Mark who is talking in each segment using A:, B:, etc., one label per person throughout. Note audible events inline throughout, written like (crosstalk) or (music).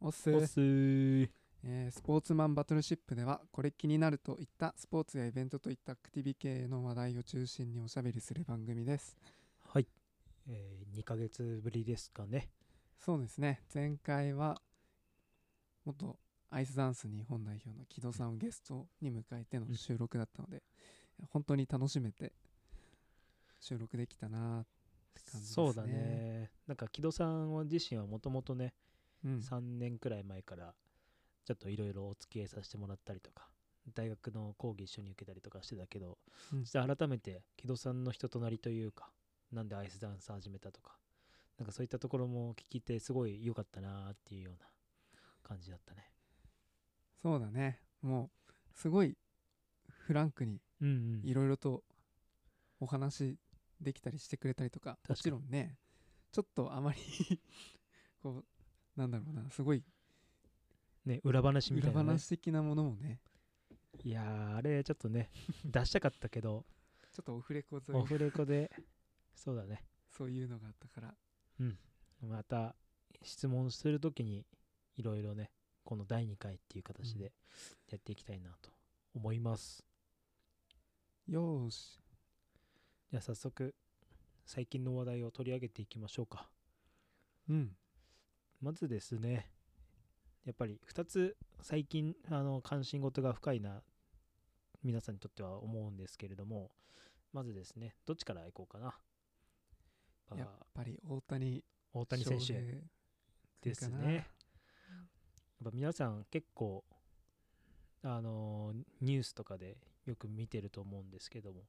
A: おっす
B: おっすー
A: えースポーツマンバトルシップではこれ気になるといったスポーツやイベントといったアクティビ系の話題を中心におしゃべりする番組です
B: はい、えー、2ヶ月ぶりですかね
A: そうですね前回は元アイスダンス日本代表の木戸さんをゲストに迎えての
B: うん
A: 収録だったので、本当に楽しめて収録できたなあ、感じですね
B: そうだねなんか木戸さんは自身はもともとね、
A: うん、
B: 3年くらい前からちょっといろいろお付き合いさせてもらったりとか大学の講義一緒に受けたりとかしてたけど、
A: うん
B: 実は改めて木戸さんの人となりというかなんでアイスダンス始めたとかなんかそういったところも聞いてすごい良かったなーっていうような感じだったね
A: そうだねもうすごいフランクに
B: うんう
A: い
B: ん
A: ろいろとお話できたりしてくれたりとか
B: 確かに
A: もちろんねちょっとあまり (laughs) こうなんだろうなすごい
B: ね裏話みた
A: 裏
B: いな、ね、
A: 話的なものもね
B: いやーあれちょっと (laughs) ね出したかったけど
A: ちょっとオフレコ沿
B: オ
A: い
B: フレコでそうだね
A: そういうのがあったから
B: また質問するときにいろいろねこの第2回っていう形
A: う
B: でやっていきたいなと思います、
A: よーし
B: じゃあ早速最近の話題を取り上げていきましょうか
A: うん
B: まずですねやっぱり2つ最近あの関心事が深いな皆さんにとっては思うんですけれどもまずですねどっちからいこうかな
A: やっぱり大谷
B: 大谷選
A: 翔
B: 手
A: 平
B: です
A: かな
B: ね。やっぱ皆さん結構あのーニュースとかでよく見てると思うんですけども、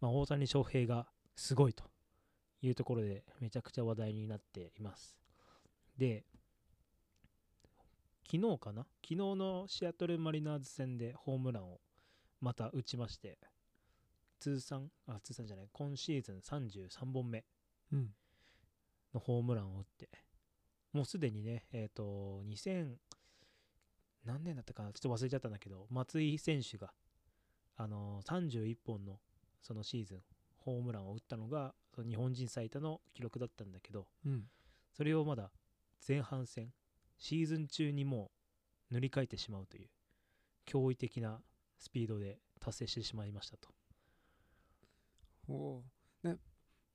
B: まあ、大谷翔平がすごいというところでめちゃくちゃ話題になっています。で昨日かな昨日のシアトル・マリナーズ戦でホームランをまた打ちまして通算あ通算じゃない今シーズン33本目
A: うん
B: のホームランを打って、もうすでにね、えっ、と、2000、何年だったかな、ちょっと忘れちゃったんだけど、松井選手が、あのー31本のそのシーズン、ホームランを打ったのが、その日本人最多の記録だったんだけど、
A: うん
B: それをまだ前半戦、シーズン中にもう塗り替えてしまうという、驚異的なスピードで達成してしまいましたと。
A: おおーね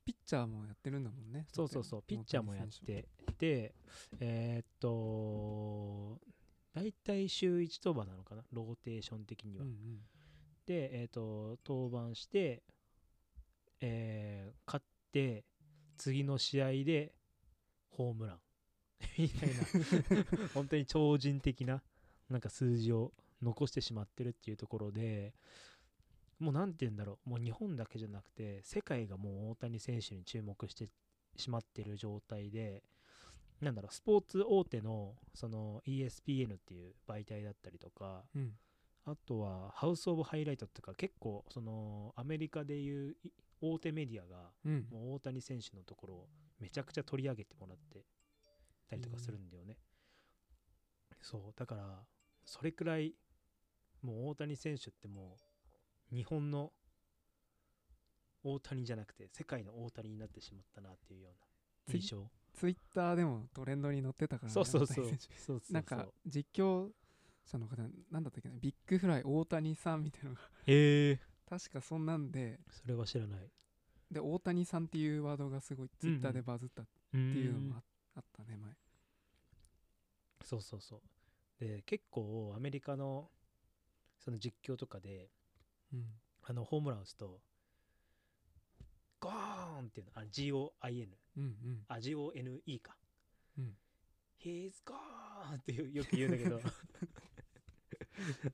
A: ピッチャーもやってるんだもんね
B: そうそうそう、ピッチャーもやっ
A: 大谷選
B: て、で、えーっと、大体週1登板なのかな、ローテーション的に
A: 手
B: は。
A: もうん
B: で、えーっと、登板して、えー勝って、次の試合でホームラン (laughs) みたいな、本当に超人的な、なんか数字を残してしまってるっていうところで、もうなんて言うんだろう、もう日本だけじゃなくて、世界がもう大谷選手に注目してしまってる状態で、なんだろう、スポーツ大手のその ESPN っていう媒体だったりとか、
A: うんうん
B: あとはハウス・オブ・ハイライトとか、結構、そのアメリカでいうい大手メディアが、
A: うん
B: もう大谷選手のところをめちゃくちゃ取り上げてもらってたりとかするんだよね。そうだからそれくらいもう大谷選手ってもう日本の大谷じゃなくて世界の大谷になってしまったなっていうような印象。
A: ツイッターでもトレンドに載ってたからね
B: そうそうそ
A: 大
B: う
A: 谷選手。
B: そうそうそう
A: なんか実況者の方なんだったっけなビッグフライ大谷さんみたい
B: (laughs)
A: なのが
B: へえ
A: 確かそんなんで
B: それは知らない。っ
A: で大谷さんっていうワードがすごいツイッターでバズったって
B: て
A: いうのもあ,、ったね前
B: そうそうそう。で結構アメリカのその実況とかで
A: うん
B: あのホームラン打つとゴーンっていうのあ GOIN
A: うん
B: あ GONE か、
A: うん、
B: He's gone っていうよく言うん
A: (laughs)
B: だけど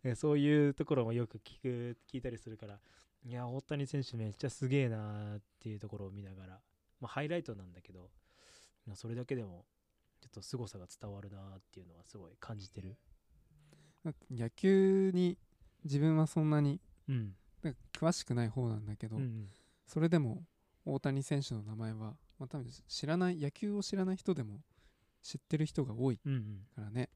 B: ねそういうところもよく聞く聞いたりするからいや大谷選手めっちゃすげえなーっていうところを見ながら、まあ、ハイライトなんだけどまあそれだけでもちょっと凄さが伝わるなーっていうのはすごい感じてる
A: うん野球に自分はそんなに
B: うん、
A: なんか詳しくない方なんだけど、
B: うんうん
A: それでも大谷選手の名前は、まあ、多分知らない野球を知らない人でも知ってる人が多い
B: うんうん
A: からね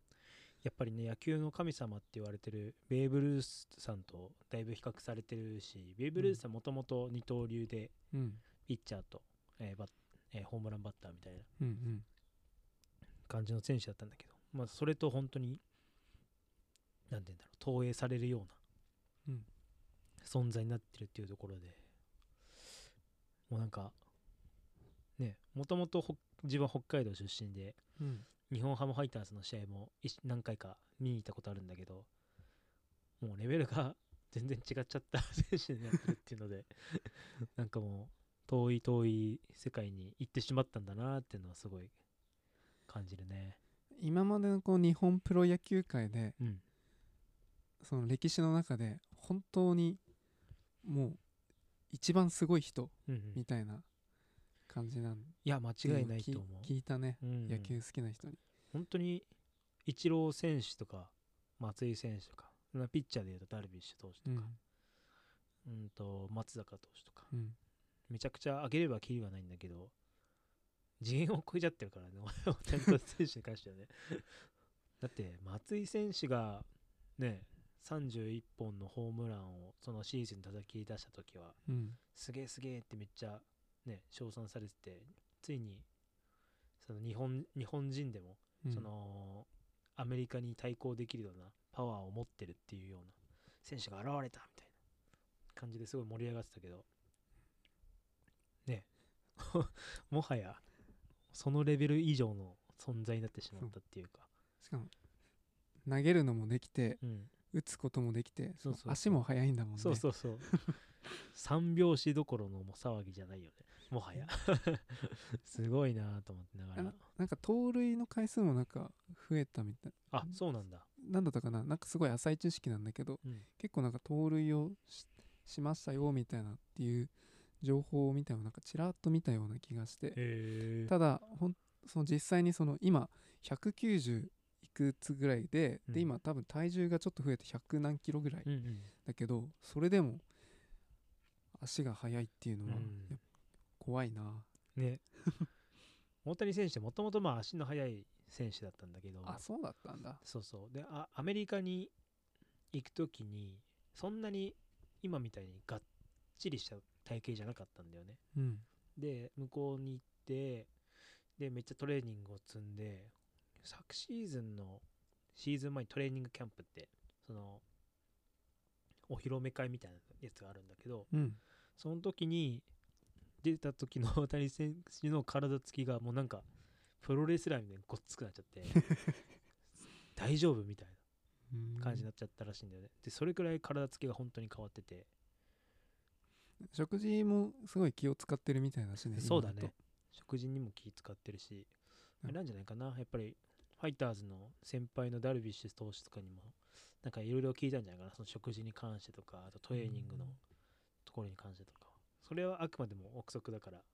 B: やっぱりね野球の神様って言われてるベーブ・ルースさんとだいぶ比較されてるしベーブ・ルースさんもともと二刀流で
A: うん
B: ピッチャーと、えーバッえーホームランバッターみたいな
A: うん
B: 感じの選手だったんだけどまあ、それと本当に何て言うんだろう投影されるような
A: うん
B: 存在になってるっていうところで、もうなんかねもともとほ自分は北海道出身で
A: うん
B: 日本ハムファイターズの試合も一何回か見に行ったことあるんだけどもうレベルが全然違っちゃった選手になってるっていうので (laughs) なんかもう遠い遠い世界に行ってしまったんだなっていうのはすごい感じるね。
A: 今までのこう日本プロ野球界で
B: うん、
A: その歴史の中で本当にもう一番すごい人
B: うんうん、
A: み
B: い
A: たいな感じなん
B: や間違いないと思う。
A: 聞いたね、
B: うんうん
A: 野球好きな人に
B: 本当にイチロー選手とか松井選手とかまあピッチャーでいうとダルビッシュ投手とか、うん、と松坂投手とか
A: うんうん
B: めちゃくちゃ上げればキリはないんだけど次元を超えちゃってるからね大谷選手に関してはね (laughs) だって松井選手がね31本のホームランをそのシーズンに叩き出した時は
A: うん
B: すげえすげえってめっちゃね称賛されててついにその日本日本人でも
A: うん
B: そのアメリカに対抗できるようなパワーを持ってるっていうような選手が現れたみたいな感じですごい盛り上がってたけどね (laughs) もはやそのレベル以上の存在になってしまったっていうか、
A: しかも投げるのもできて
B: うん、
A: 打つこともできて
B: そうそうそう
A: 足も速いんだもんね
B: そうそう
A: (laughs)
B: そう三拍子どころのもう騒ぎじゃないよねも
A: (laughs)
B: はやすごいなと思ってなが
A: あ
B: ら
A: のなんか盗塁の回数もなんか増えたみたい
B: あそうなんだ、
A: なんだったかななんかすごい浅い知識なんだけど
B: うん、
A: 結構なんか盗塁をししましたよみたいなっていう情報を見たようななんかちらっと見たような気がして
B: へ
A: ただほんその実際にその今190いくつぐらいで、
B: うん
A: で今多分体重がちょっと増えて100何キロぐらい
B: うんうん
A: だけど、それでも足が速いっていうのは
B: うん
A: やっぱ怖いな、 (laughs)
B: ね大谷選手ってもともとまあ足の速い選手だったんだけど
A: あそうだったんだ
B: そうそうであアメリカに行く時にそんなに今みたいにがっちりした体型じゃなかったんだよね
A: うん
B: で向こうに行ってでめっちゃトレーニングを積んで昨シーズンのシーズン前にトレーニングキャンプってそのお披露目会みたいなやつがあるんだけど
A: うん
B: その時に出た時の (laughs) 大谷選手の体つきがもうなんかプロレスラーみたいにごっつくなっちゃって大丈夫みたいな感じになっちゃったらしいんだよね、でそれくらい体つきが本当に変わってて、
A: 食事もすごい気を使ってるみたいだしね
B: そうだ
A: 今と
B: ね食事にも気使ってるし
A: うん
B: あれなんじゃないかなやっぱりファイターズの先輩のダルビッシュ投手とかにもなんかいろいろ聞いたんじゃないかなその食事に関してとかあとトレーニングの
A: うん
B: ところに関してとかそれはあくまでも憶測だから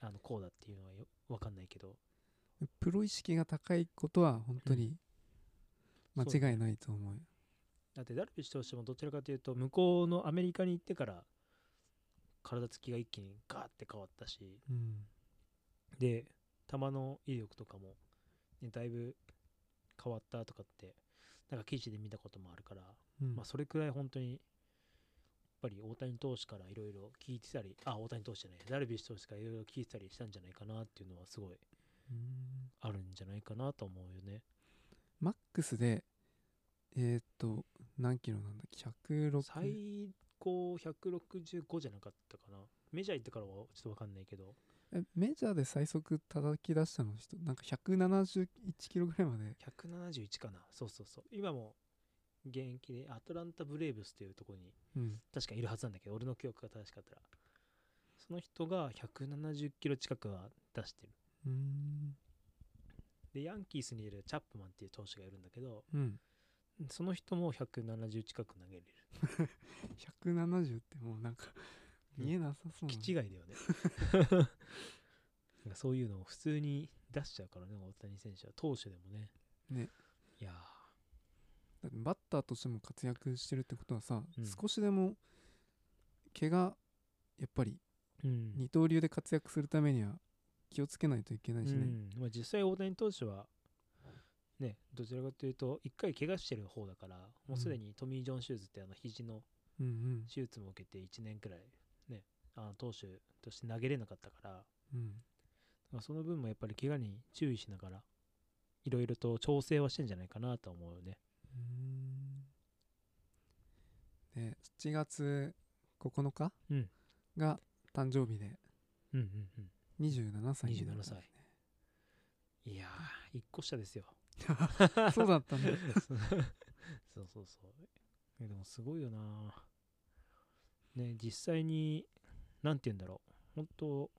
B: あのこうだっていうのはよ分かんないけど
A: プロ意識が高いことは本当に間違いないと思うよ
B: だってダルビッシュ投手もどちらかというと向こうのアメリカに行ってから体つきが一気にガーって変わったし
A: うん
B: で球の威力とかも、ね、だいぶ変わったとかってなんか記事で見たこともあるから、
A: うん
B: まあ、それくらい本当にやっぱり大谷投手からいろいろ聞いてたりあ大谷投手じゃないダルビッシュ投手からいろいろ聞いてたりしたんじゃないかなっていうのはすご
A: う
B: い
A: ん
B: あるんじゃないかなと思うよね
A: マックスでえーっと何キロなんだっけ106
B: 最高165じゃなかったかなメジャー行ってからはちょっと分かんないけど
A: えメジャーで最速叩き出したの人なんか171キロぐらいまで
B: 171かなそうそうそう今も現役でアトランタブレーブスというところに
A: うん
B: 確かいるはずなんだけど俺の記憶が正しかったらその人が170キロ近くは出してる
A: うん
B: でヤンキースにいるチャップマンっていう投手がいるんだけど
A: うん
B: その人も170近く投げれる
A: 170ってもうなんか
B: うん
A: 見えなさそうな、
B: 気違いだよねなんかそういうのを普通に出しちゃうからね大谷選手は投手でもね
A: ね
B: いや
A: だってバッターとしても活躍してるってことはさ、
B: うん
A: 少しでも怪我やっぱり
B: ーうん
A: 二刀流で活躍するためには気をつけないといけないし
B: う
A: ね、
B: んまあ、実際大谷投手はねどちらかというと1回怪我してる方だからもうすでにトミー・ジョン手術ってあの肘の
A: うん、うん
B: 手術も受けて1年くらい、ね、あの投手として投げれなかったから、
A: うん
B: まあ、その分もやっぱり怪我に注意しながらいろいろと調整はしてんじゃないかなと思うね。
A: うーんで7月9日
B: うん
A: が誕生日で
B: うんうんうん。
A: 27歳になったんですね
B: いやー、一個下です (laughs) よ。
A: (laughs) そうだったん
B: (laughs)
A: だ
B: そうそうそう。えでもすごいよな。ね、実際に、なんて言うんだろう。本当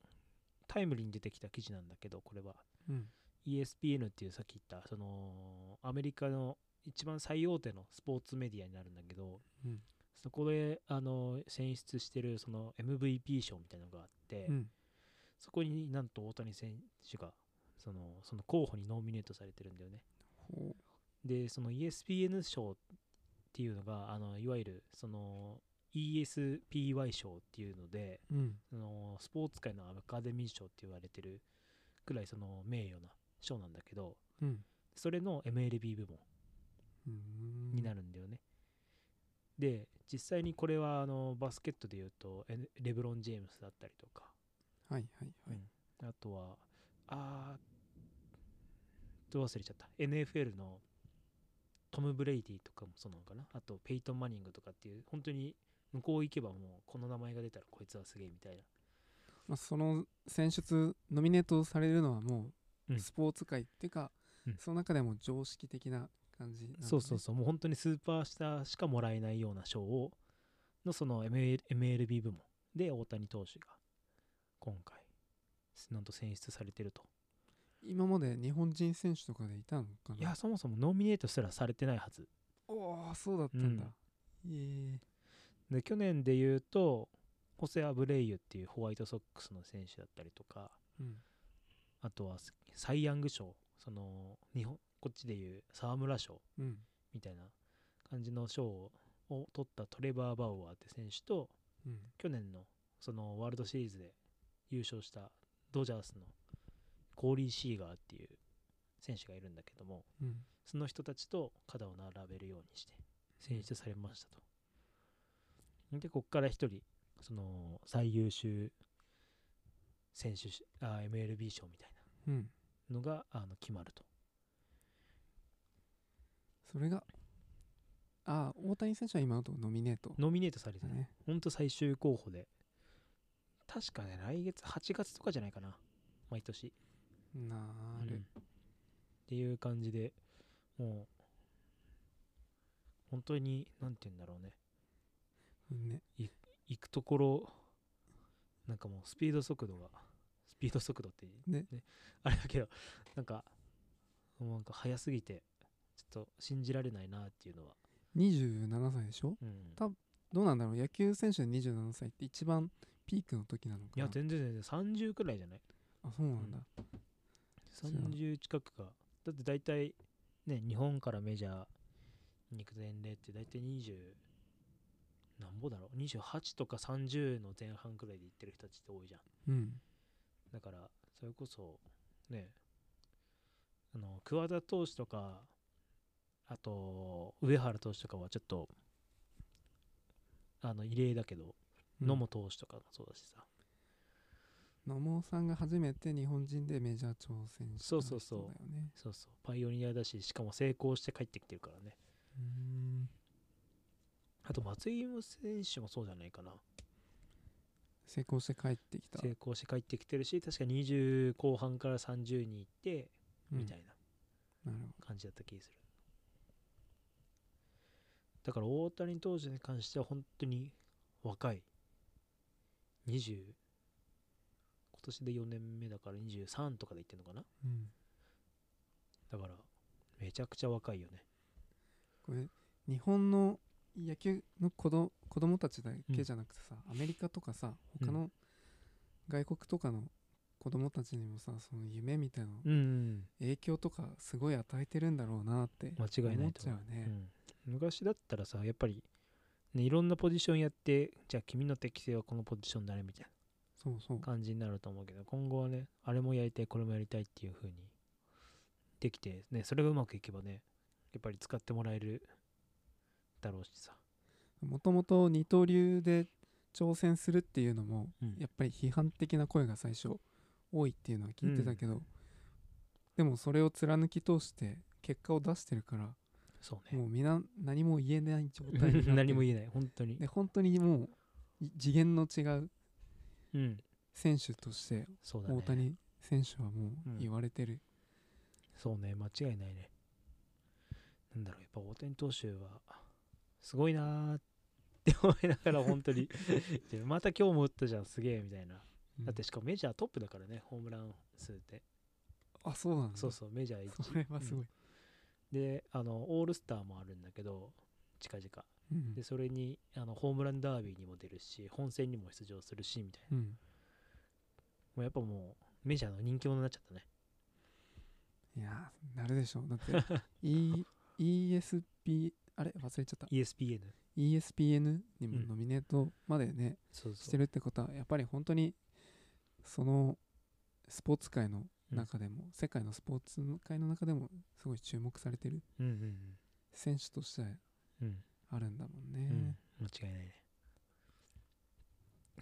B: タイムリーに出てきた記事なんだけど、これは。
A: うん、
B: ESPN っていうさっき言った、その、アメリカの一番最大手のスポーツメディアになるんだけど、
A: うん
B: そこで、あの、選出してる、その MVP 賞みたいなのがあって、
A: うん、
B: そこになんと大谷選手が、その、その候補にノミネートされてるんだよね。
A: ほ
B: でその ESPN 賞っていうのがあのいわゆるその ESPY 賞っていうので
A: う、うん、
B: そのスポーツ界のアカデミー賞って言われてるくらいその名誉な賞なんだけど
A: うん、
B: それの MLB 部門にな
A: る、
B: るんだよね、で実際にこれはあのバスケットでいうとエレブロン・ジェームスだったりとか
A: はいはいはい、
B: あとは、あー、どう忘れちゃった。NFL のトム・ブレイディとかもそうなのかな。あと、ペイトン・マニングとかっていう、本当に向こう行けばもう、この名前が出たらこいつはすげえみたいな。
A: まあ、その選出ノミネートされるのはも
B: う
A: うんスポーツ界っていうか、
B: うん
A: その中でも常識的な感じなんだね、
B: そうそうそう、もう本当にスーパースターしかもらえないような賞を、のその ML MLB 部門で大谷投手が、今回、なんと選出されてると。
A: 今まで日本人選手とかでいたのかない
B: や、そもそもノミネートすらされてないはず。
A: おおそうだったんだ、え
B: で去年で言うとホセ・アブレイユっていうホワイトソックスの選手だったりとか
A: えうん
B: あとはスサイ・ヤング賞その日本こっちで言う沢村賞
A: うん
B: みたいな感じの賞をを取ったトレバー・バウアーって選手と
A: うん
B: 去年のそのワールドシリーズで優勝したドジャースのコーリー・シーガーっていう選手がいるんだけども
A: うん
B: その人たちと肩を並べるようにして選出されましたと。で、ここから一人、その最優秀選手しあ MLB 賞みたい
A: うん
B: なのがあの決まると。
A: それがああ大谷選手は今のところノミネート
B: ノミネートされて
A: だ
B: ね、
A: ね
B: ほんと最終候補で。確かね、来月、8月とかじゃないかな、毎年。
A: な
B: うんっ
A: る、
B: ていう感じで、もう、本当に、なんて言うんだろうね。
A: ね
B: 行くところなんかもうスピード速度がスピード速度って、
A: ね
B: あれだけどなんかもうなんか速すぎてちょっと信じられないなっていうのは、
A: 27歳でしょ
B: うん、
A: 多分どうなんだろう野球選手で27歳って一番ピークの時なのか
B: い
A: な
B: や全然全然30くらいじゃない
A: あそうなんだ、う
B: 30近くかだって大体ね日本からメジャーに行く年齢って大体20なんぼだろう28とか30の前半くらいで行ってる人たちって多いじゃん
A: うん
B: だからそれこそねあの桑田投手とかあと上原投手とかはちょっとあの異例だけど、
A: うん
B: 野茂投手とかもそうだしさ
A: 野茂さんが初めて日本人でメジャー挑戦した
B: そうそうそう
A: 人だよね
B: そうそうパイオニアだししかも成功して帰ってきてるからね
A: うーん
B: あと松井選手もそうじゃないかな
A: 成功して帰ってきた、
B: 成功して帰ってきてるし確か20後半から30に行って
A: うん
B: みたい
A: な
B: な
A: るほ
B: 感じだった気がする。だから大谷投手に関しては本当に若い。20、今年で4年目だから23とかで言ってんのかな
A: ど、うん、
B: だから、めちゃくちゃ若いよね。
A: これ日本の野球の子ど子供たちだけじゃなくてさ、アメリカとかさ
B: うん
A: 他の外国とかの子供たちにもさその夢みたいな
B: うん、うん。
A: 影響とかすごい与えてるんだろうなって
B: 間違い
A: 思
B: な
A: っ
B: いと
A: ちゃ
B: 思
A: う
B: う。う
A: ね。
B: ん、昔だったらさ、やっぱり、ね、いろんなポジションやって、じゃあ君の適性はこのポジションだねみたい
A: そうそう
B: な。感じになると思うけど、今後はね、あれもやりたい、これもやりたいっていう風にできて、ね、それがうまくいけばね、やっぱり使ってもらえるだろうしさ。
A: もともと二刀流で挑戦するっていうのもやっぱり批判的な声が最初多いっていうのは聞いてたけど、でもそれを貫き通して結果を出してるから
B: そうね
A: もうみんな何も言えない状態になってる
B: (laughs) 何も言えない本当に
A: で本当にもうい次元の違う
B: うん
A: 選手として
B: そうだね
A: 大谷選手はもううん言われてる、
B: そうね間違いないねなんだろうやっぱ大谷投手はすごいなーって思いながら本当
A: (laughs)
B: にでまた今日も打ったじゃんすげえみたいな
A: うん
B: だってしかもメジャートップだからねホームラン数って
A: あそうなんだ
B: そうそうメジャー
A: それはすごい、
B: であのオールスターもあるんだけど近々
A: うん
B: でそれにあのホームランダービーにも出るし本戦にも出場するしみたいな
A: うん
B: もうやっぱもうメジャーの人気者になっちゃったね
A: いやーなるでしょうだって
B: (laughs)
A: E- ESP あれ忘れちゃった
B: ESPN
A: ESPN に
B: う
A: も
B: ん
A: ノミネートまでね、
B: そう
A: し
B: そ
A: て
B: う
A: るってことはやっぱり本当にそのスポーツ界の中でも、世界のスポーツ界の中でもすごい注目されてる
B: うんうん
A: 選手として
B: うんうん
A: あるんだもんね、
B: うん、間違いないね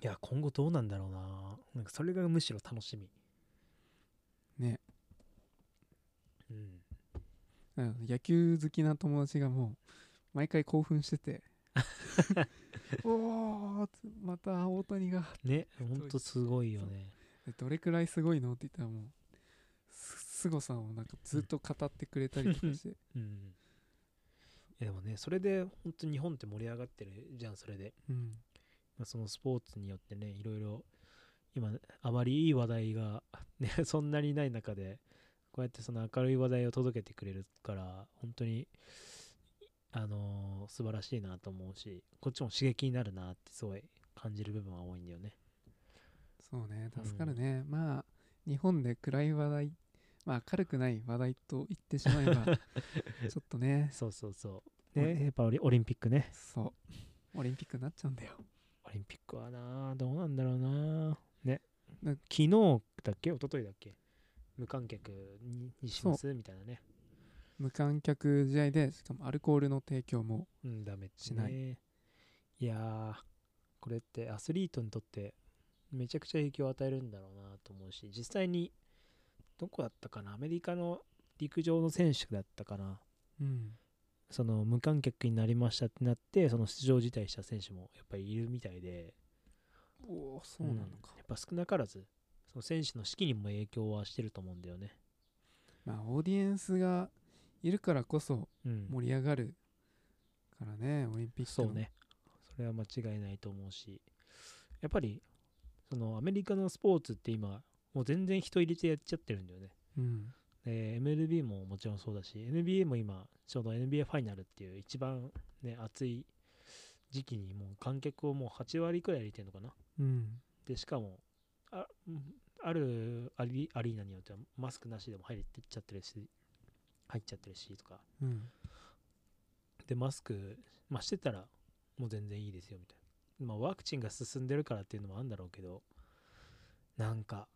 B: いや今後どうなんだろうななんかそれがむしろ楽しみ
A: ね
B: うん
A: だから野球好きな友達がもう毎回興奮して (laughs) ておーつまた大谷が
B: ねほんとすごいよね
A: でどれくらいすごいのって言ったらもうす凄さをなんかずっと語ってくれたりとかして (laughs)
B: うんいやでもねそれで本当日本って盛り上がってるじゃんそれで
A: うん
B: まあそのスポーツによってねいろいろ今あまりいい話題が、 (laughs) ね、そんなにない中でこうやってその明るい話題を届けてくれるから本当にあのー素晴らしいなと思うしこっちも刺激になるなってすごい感じる部分は多いんだよね
A: そうね助かるね、まあ日本で暗い話題まあ明るくない話題と言ってしまえ (laughs) ばちょっとね
B: そうそうそう
A: ね
B: ねやっぱオリオリンピックね
A: そうオリンピックになっちゃうんだよ
B: オリンピックはなどうなんだろうなね
A: な
B: 昨日だっけ一昨日だっけ無観客ににしますみたいなね
A: 無観客試合でしかもアルコールの提供も
B: うん、ダメって
A: しない
B: ねいやーこれってアスリートにとってめちゃくちゃ影響を与えるんだろうなと思うし実際にどこだったかなアメリカの陸上の選手だったかな
A: うん
B: その無観客になりましたってなってその出場辞退した選手もやっぱりいるみたいで
A: おおそうなのか
B: ん、やっぱ少なからずその選手の士気にも影響はしてると思うんだよね、
A: まあオーディエンスがいるからこそ
B: うん、
A: 盛り上がるからねオリンピック
B: そう
A: の
B: ねそれは間違いないと思うしやっぱりそのアメリカのスポーツって今もう全然人入れてやっちゃってるんだよね、
A: うん
B: え MLB ももちろんそうだし NBA も今ちょうど NBA ファイナルっていう一番ね熱い時期にもう観客をもう8割くらい入れてるのかな
A: うん
B: でしかもあうんあるアリアリーナによってはマスクなしでも入れてっちゃってるし入っちゃってるしとか
A: うん
B: でマスク、まあ、してたらもう全然いいですよみたいな、まあ、ワクチンが進んでるからっていうのもあるんだろうけどなんか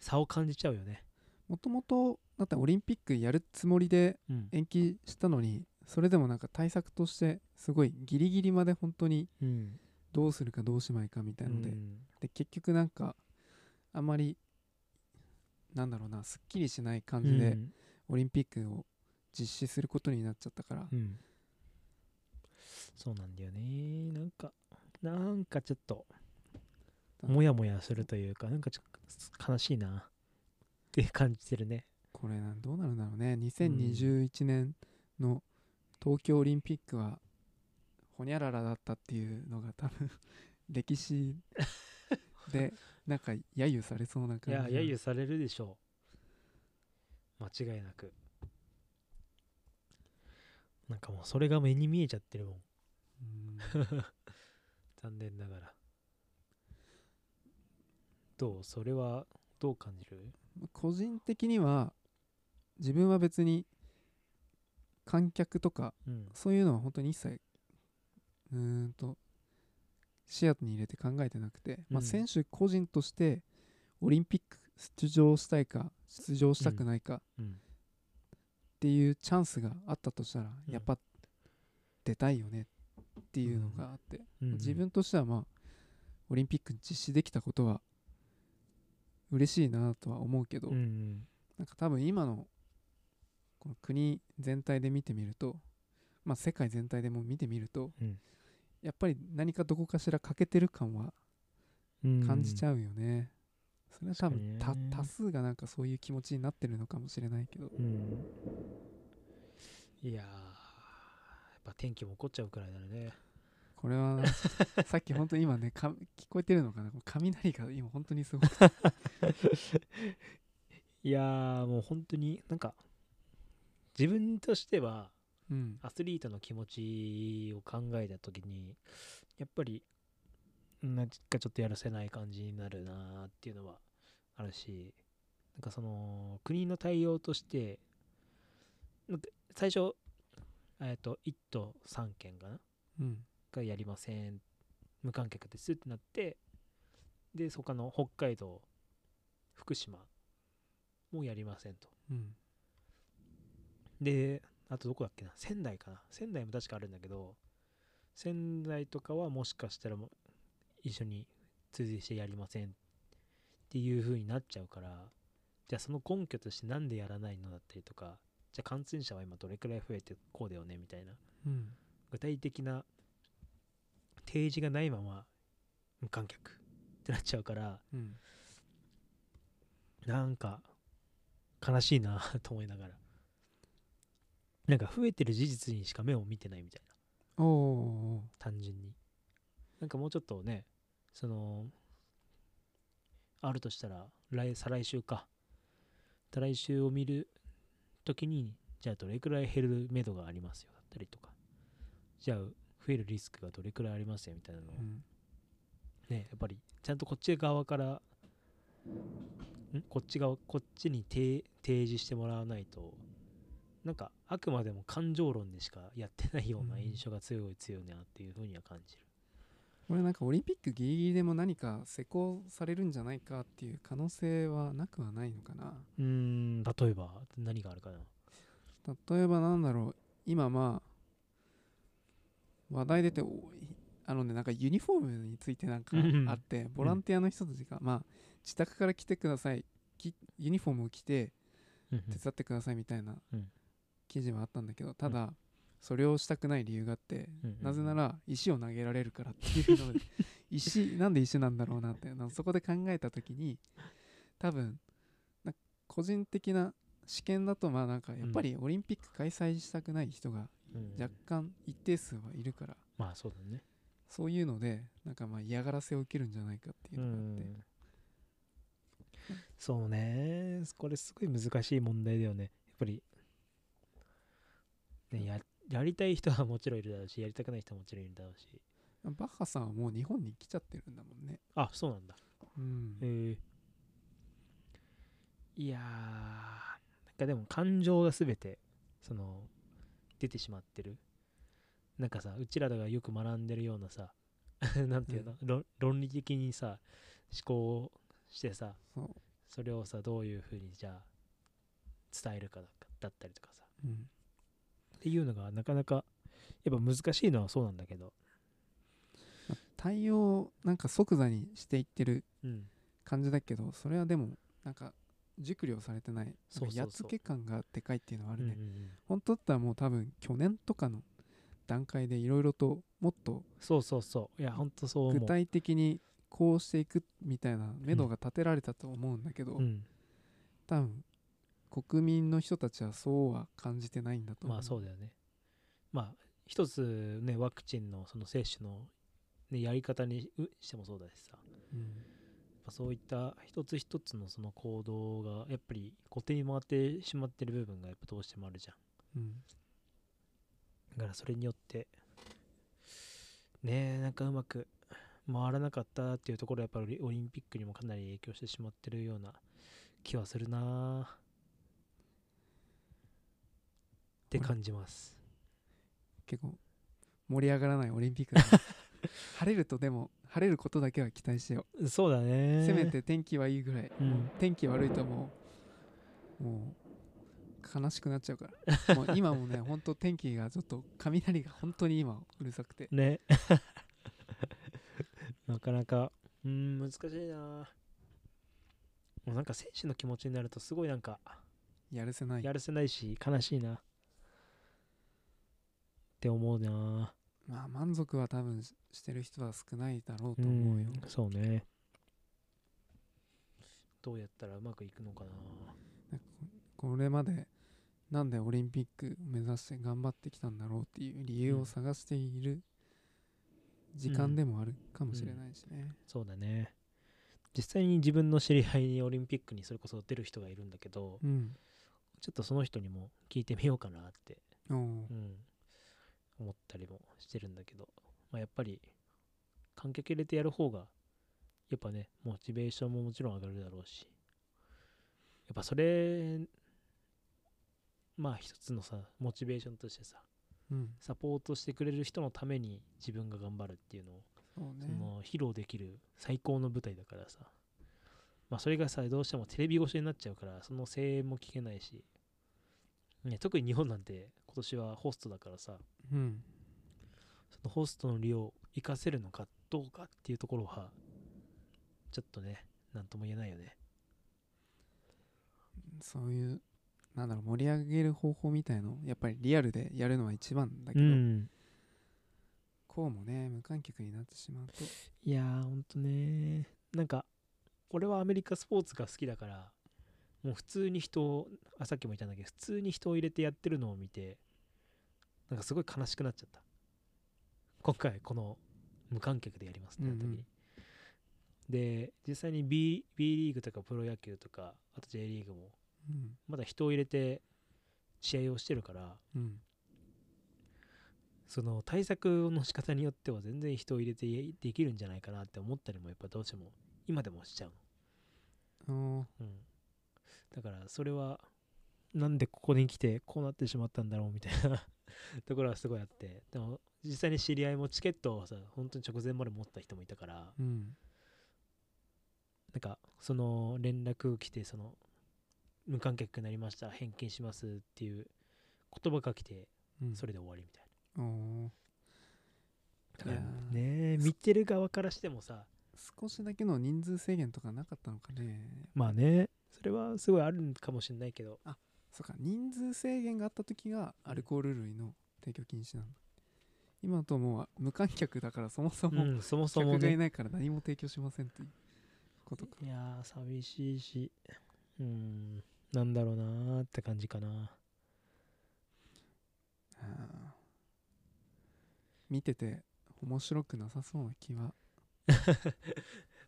B: 差を感じちゃうよね
A: もともとだってオリンピックやるつもりで
B: うん、
A: 延期したのにそれでもなんか対策としてすごいギリギリまで本当に
B: うん、
A: どうするかどうしまいかみたいので,、
B: うん
A: で結局なんかあんまりなんだろうなすっきりしない感じ
B: う
A: で
B: ん
A: オリンピックを実施することになっちゃったから、
B: うんそうなんだよねなんかなんかちょっともやもやするというかなんかちょっと悲しいなって感じてるね
A: これなんどうなるんだろうね2021年の東京オリンピックはほにゃららだったっていうのが多分 (laughs) 歴史でなんか揶揄されそうな感
B: い
A: じ
B: や
A: が
B: 揶揄されるでしょう間違いなくなんかもうそれが目に見えちゃってるもん
A: うん
B: 残念ながらどうそれはどう感じる
A: 個人的には自分は別に観客とか
B: うん
A: そういうのは本当に一切うーんと視野に入れて考えてなくて、ま
B: う
A: あ、
B: ん
A: 選手個人としてオリンピック出場したいか出場したくないかっ
B: うん
A: ていうチャンスがあったとしたら、
B: うん
A: やっぱ出たいよねっていうのがあって、
B: うん
A: 自分としてはまあオリンピック実施できたことは嬉しいなとは思うけど、
B: うん
A: なんか多分今のこの国全体で見てみると、まあ、世界全体でも見てみると、
B: うん
A: やっぱり何かどこかしら欠けてる感は感じち
B: ゃ
A: ゃうよね、それは多分
B: 確か
A: た
B: にね
A: 多数がなんかそういう気持ちになってるのかもしれないけど
B: うん、いやーやっぱ天気も起こっちゃうくらいだね
A: これ
B: (laughs)
A: はさっき本当に今ねか聞こえてるのかなこの雷が今本当にすごくて
B: いやーもう本当になんか自分としては
A: うん
B: アスリートの気持ちを考えた時にやっぱりなんかちょっとやらせない感じになるなーっていうのはあるしなんかその国の対応としてなんか最初、えっと1都3県かな
A: うん
B: がやりません無観客ですってなってで他の北海道福島もやりませんと
A: うん
B: であとどこだっけな仙台かな仙台も確かあるんだけど仙台とかはもしかしたらもう一緒に追随してやりませんっていう風になっちゃうからじゃあその根拠としてなんでやらないのだったりとかじゃあ感染者は今どれくらい増えてこうだよねみたいな
A: うん
B: 具体的な提示がないまま無観客ってなっちゃうから
A: うん
B: なんか悲しいなと思いながらなんか増えてる事実にしか目を見てないみたい
A: お
B: な
A: ーお
B: 単純になんかもうちょっとねそのあるとしたら来再来週か再来週を見るときにじゃあどれくらい減る目処がありますよだったりとかじゃあ増えるリスクがどれくらいありますよみたいなのを
A: ーうん
B: ねやっぱりちゃんとこっち側からんこっち側こっちに提提示してもらわないとなんかあくまでも感情論でしかやってないような
A: うん
B: 印象が強い強いなっていうふうには感じる、
A: これなんかオリンピックギリギリでも何か施行されるんじゃないかっていう可能性はなくはないのかな
B: うーん例えば何があるかな
A: 例えばなんだろう今まあ話題出ておいあのねなんかユニフォームについてなんか
B: うんうん
A: あってボランティアの人たちが、まあ自宅から来てくださいきユニフォームを着て手伝ってくださいみたいな
B: うん
A: 記事はあったんだけどただそれをしたくない理由があってなぜなら石を投げられるからっていう
B: (laughs)
A: ので石なんで石なんだろうなってなそこで考えた時に多分な個人的な試験だとまあなんかやっぱりオリンピック開催したくない人が
B: うん
A: 若干一定数はいるから
B: まあそうだね
A: そういうのでなんかまあ嫌がらせを受けるんじゃないかっていうのがあって
B: うんそうねこれすごい難しい問題だよねやっぱり、ね、ややりたい人はもちろんいるだろうしやりたくない人はもちろんいるだろうし
A: バッハさんはもう日本に来ちゃってるんだもんね。
B: あそうなんだ
A: うん
B: へえいやーなんかでも感情が全てその出てしまってるなんかさうちらがよく学んでるようなさ (laughs) なんていうの、論論理的にさ思考をしてさ
A: そう
B: それをさどういうふうにじゃあ伝えるかだだったりとかさ
A: うん
B: っていうのがなかなかやっぱ難しいのはそうなんだけど
A: まあ対応をなんか即座にしていってる
B: うん
A: 感じだけどそれはでもなんか熟慮されてないなんか
B: そうそうそう
A: やっつけ感がでかいっていうのはあ
B: あ
A: るね、本当だったらもう多分去年とかの段階でいろいろともっと
B: そうそうそういやほんとそう思う
A: 具体的にこうしていくみたいな目処が立てられたと思うんだけど、
B: うん、
A: 多分国民の人たちはそうは感じてないんだと思う、
B: まあそうだよねまあ一つねワクチンのその接種の、ね、やり方にうしてもそうだしさ
A: うん
B: まあそういった一つ一つのその行動がやっぱり後手に回ってしまってる部分がやっぱどうしてもあるじゃん
A: うん
B: だからそれによってねえなんかうまく回らなかったっていうところはやっぱりオリンピックにもかなり影響してしまってるような気はするなあって感じます
A: 結構盛り上がらないオリンピックだ
B: (laughs)
A: な晴れるとでも晴れることだけは期待してよ、
B: そうだね
A: せめて天気はいいぐらい
B: うん
A: 天気悪いともうもう悲しくなっちゃうからもう今 (laughs) もね本当天気がちょっと雷が本当に今うるさくて
B: ね (laughs) なかなかうん難しいなもうなんか選手の気持ちになるとすごいなんか
A: やるせない
B: やるせないし悲しいなって思うな
A: まあ満足は多分ししてる人は少ないだろう
B: う
A: と思うよ、
B: んそうねどうやったらうまくいくのかな
A: これまでなんでオリンピック目指して頑張ってきたんだろうっていう理由
B: う
A: を
B: ん
A: 探している時間でもあるかもしれないしね、
B: そうだね実際に自分の知り合いにオリンピックにそれこそ出る人がいるんだけど
A: うん
B: ちょっとその人にも聞いてみようかなって、
A: おう
B: うん、思ったりもしてるんだけど、まあ、やっぱり観客入れてやる方がやっぱねモチベーションももちろん上がるだろうしやっぱそれまあ一つのさモチベーションとしてさ
A: うん
B: サポートしてくれる人のために自分が頑張るっていうのを
A: そう
B: そ
A: ね
B: の披露できる最高の舞台だからさ、まあ、それがさどうしてもテレビ越しになっちゃうからその声援も聞けないし、ね、特に日本なんて今年はホストだからさ
A: うん
B: そのホストの利を活かせるのかどうかっていうところはちょっとね何とも言えないよね
A: そういうなんだろう盛り上げる方法みたいのをやっぱりリアルでやるのは一番だけど、こうもね無観客になってしまうと
B: いやーほんとねなんか俺はアメリカスポーツが好きだからもう普通に人をあさっきも言ったんだけど普通に人を入れてやってるのを見てなんかすごい悲しくなっちゃった今回この無観客でやりますってなった時に、
A: うんうん
B: で実際に B, B リーグとかプロ野球とかあと J リーグも
A: うん
B: まだ人を入れて試合をしてるから
A: うん
B: その対策の仕方によっては全然人を入れてできるんじゃないかなって思ったりもやっぱどうしても今でもしちゃう
A: おー
B: の、うん、だからそれはなんでここに来てこうなってしまったんだろうみたいな (laughs) ところはすごいあってでも実際に知り合いもチケットをさ本当に直前まで持った人もいたから
A: うん
B: なんかその連絡来てその無観客になりました返金しますっていう言葉が来て
A: うん
B: それで終わりみたいな。
A: おー
B: だから
A: いやー
B: ね見てる側からしてもさ
A: 少しだけの人数制限とかなかったのかね
B: まあねそれはすごいあるかもしれないけど
A: そうか人数制限があった時がアルコール類の提供禁止なんだ今だともう無観客だからそもそも
B: うんそもそも
A: 客がい
B: ね
A: ないから何も提供しませんっていうことか
B: いやー寂しいしうんなんだろうなーって感じかな
A: あー見てて面白くなさそうな気
B: (laughs)
A: は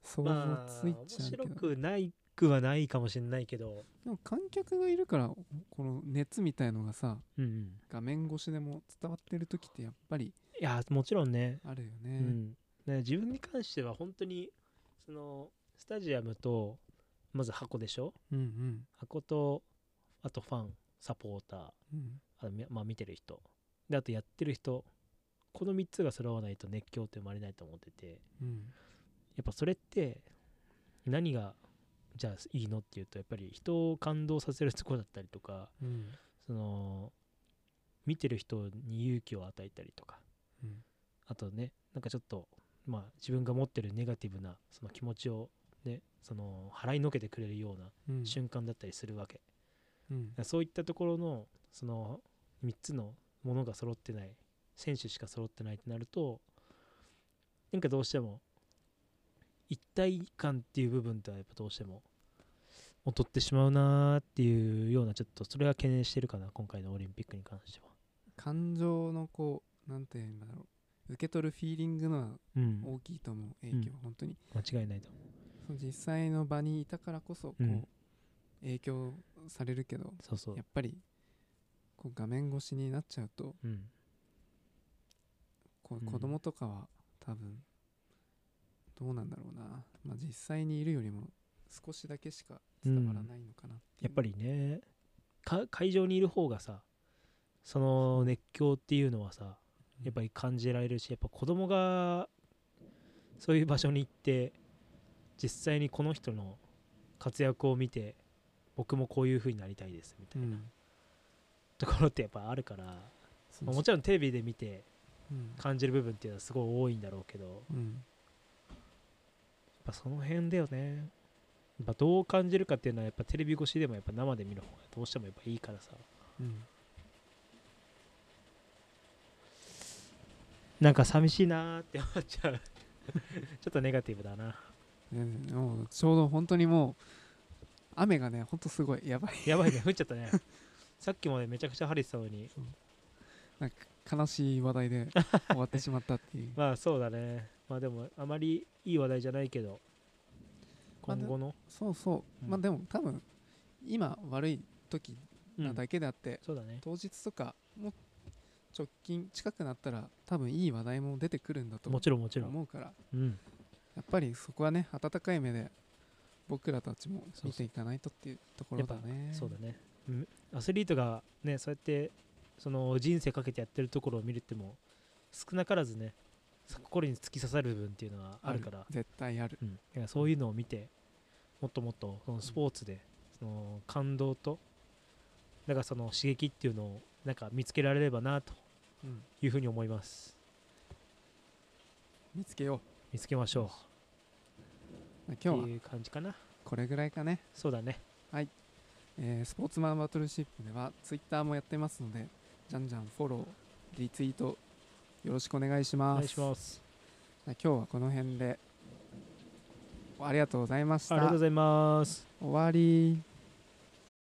A: 想
B: ま
A: 像
B: あ
A: つい
B: 面
A: ちゃうけど、
B: 白くないくはないかもしれないけど
A: でも観客がいるからこの熱みたいのがさ
B: うんうん
A: 画面越しでも伝わってる時ってやっぱり
B: いやーもちろんね
A: あるよ
B: う
A: ね、
B: んね自分に関しては本当にそのスタジアムとまず箱でしょ
A: うんうん
B: 箱とあとファンサポーター
A: うん
B: あのみまあ、見てる人であとやってる人この3つが揃わないと熱狂って生まれないと思ってて
A: うん
B: やっぱそれって何がじゃあいいのっていうとやっぱり人を感動させるとこだったりとか
A: うん
B: その見てる人に勇気を与えたりとか
A: うん
B: あとねなんかちょっとまあ自分が持ってるネガティブなその気持ちをねその払いのけてくれるような
A: うん
B: 瞬間だったりするわけ
A: うん
B: そういったところのその3つのものが揃ってない選手しか揃ってないってなるとなんかどうしても一体感っていう部分とはやっぱどうしても劣ってしまうなーっていうようなちょっとそれは懸念してるかな今回のオリンピックに関しては。
A: 感情のこうなんて言うんだろう受け取るフィーリングのは
B: うん、
A: 大きいと思う影響、
B: うん
A: 本当に
B: 間違いないと思う。
A: その実際の場にいたからこそこう、
B: うん
A: 影響されるけど
B: そうそう
A: やっ。ぱりこう画面越しになっちゃうと
B: うん、
A: こ
B: う
A: うん子供とかは多分どうなんだろうな、まあ、実際にいるよりも少しだけしか伝わらないのかなっていう
B: やっぱりねか会場にいる方がさその熱狂っていうのはさやっぱり感じられるしやっぱ子供がそういう場所に行って実際にこの人の活躍を見て僕もこういう風になりたいですみたいな
A: うん
B: ところってやっぱあるから、
A: そうそ
B: まあ
A: う
B: もちろんテレビで見て
A: うん
B: 感じる部分っていうのはすごい多いんだろうけどやっ
A: うん
B: ぱその辺だよねやっぱどう感じるかっていうのはやっぱテレビ越しでもやっぱ生で見る方がどうしてもやっぱいいからさ
A: うん
B: なんか寂しいなーって思っちゃう (laughs) ちょっとネガティブだな
A: ねもうちょうど本当にもう雨がねほんとすごいやばい
B: やばいね降っちゃったねさっきまでめちゃくちゃ晴れてたのに
A: なんか悲しい話題
B: (laughs)
A: で終わってしまったっていう
B: まあそうだねまあでもあまりいい話題じゃないけど今後の、
A: そうそう、
B: うん
A: まあでも多分今悪い時
B: うん
A: なだけであって、
B: そうだね
A: 当日とかも直近近くなったら多分いい話題も出てくるんだと
B: もちろんもちろん
A: 思うから
B: うん
A: やっぱりそこはね温かい目で僕らたちも見ていかないとっていうところだね
B: そうだね、うん、アスリートがねそうやってその人生かけてやってるところを見るっても少なからずね心に突き刺さる部分っていうのはあるから
A: 絶対ある
B: うん、いやそういうのを見てもっともっとそのスポーツで、その感動とだからその刺激っていうのをなんか見つけられればなと
A: うん
B: いうふうに思います
A: 見つけよ
B: 見つけましょ
A: う
B: う
A: 今
B: っ
A: 日
B: て
A: は
B: いう感じかな
A: これぐらいかね
B: そうだね
A: えースポーツマンバトルシップではツイッターもやってますのでじゃんじゃんフォローリツイートよろしくお願いし
B: お
A: ます
B: 願いします
A: 今日はこの辺でありがとうございまし
B: ありがとう
A: た
B: ございます
A: 終わり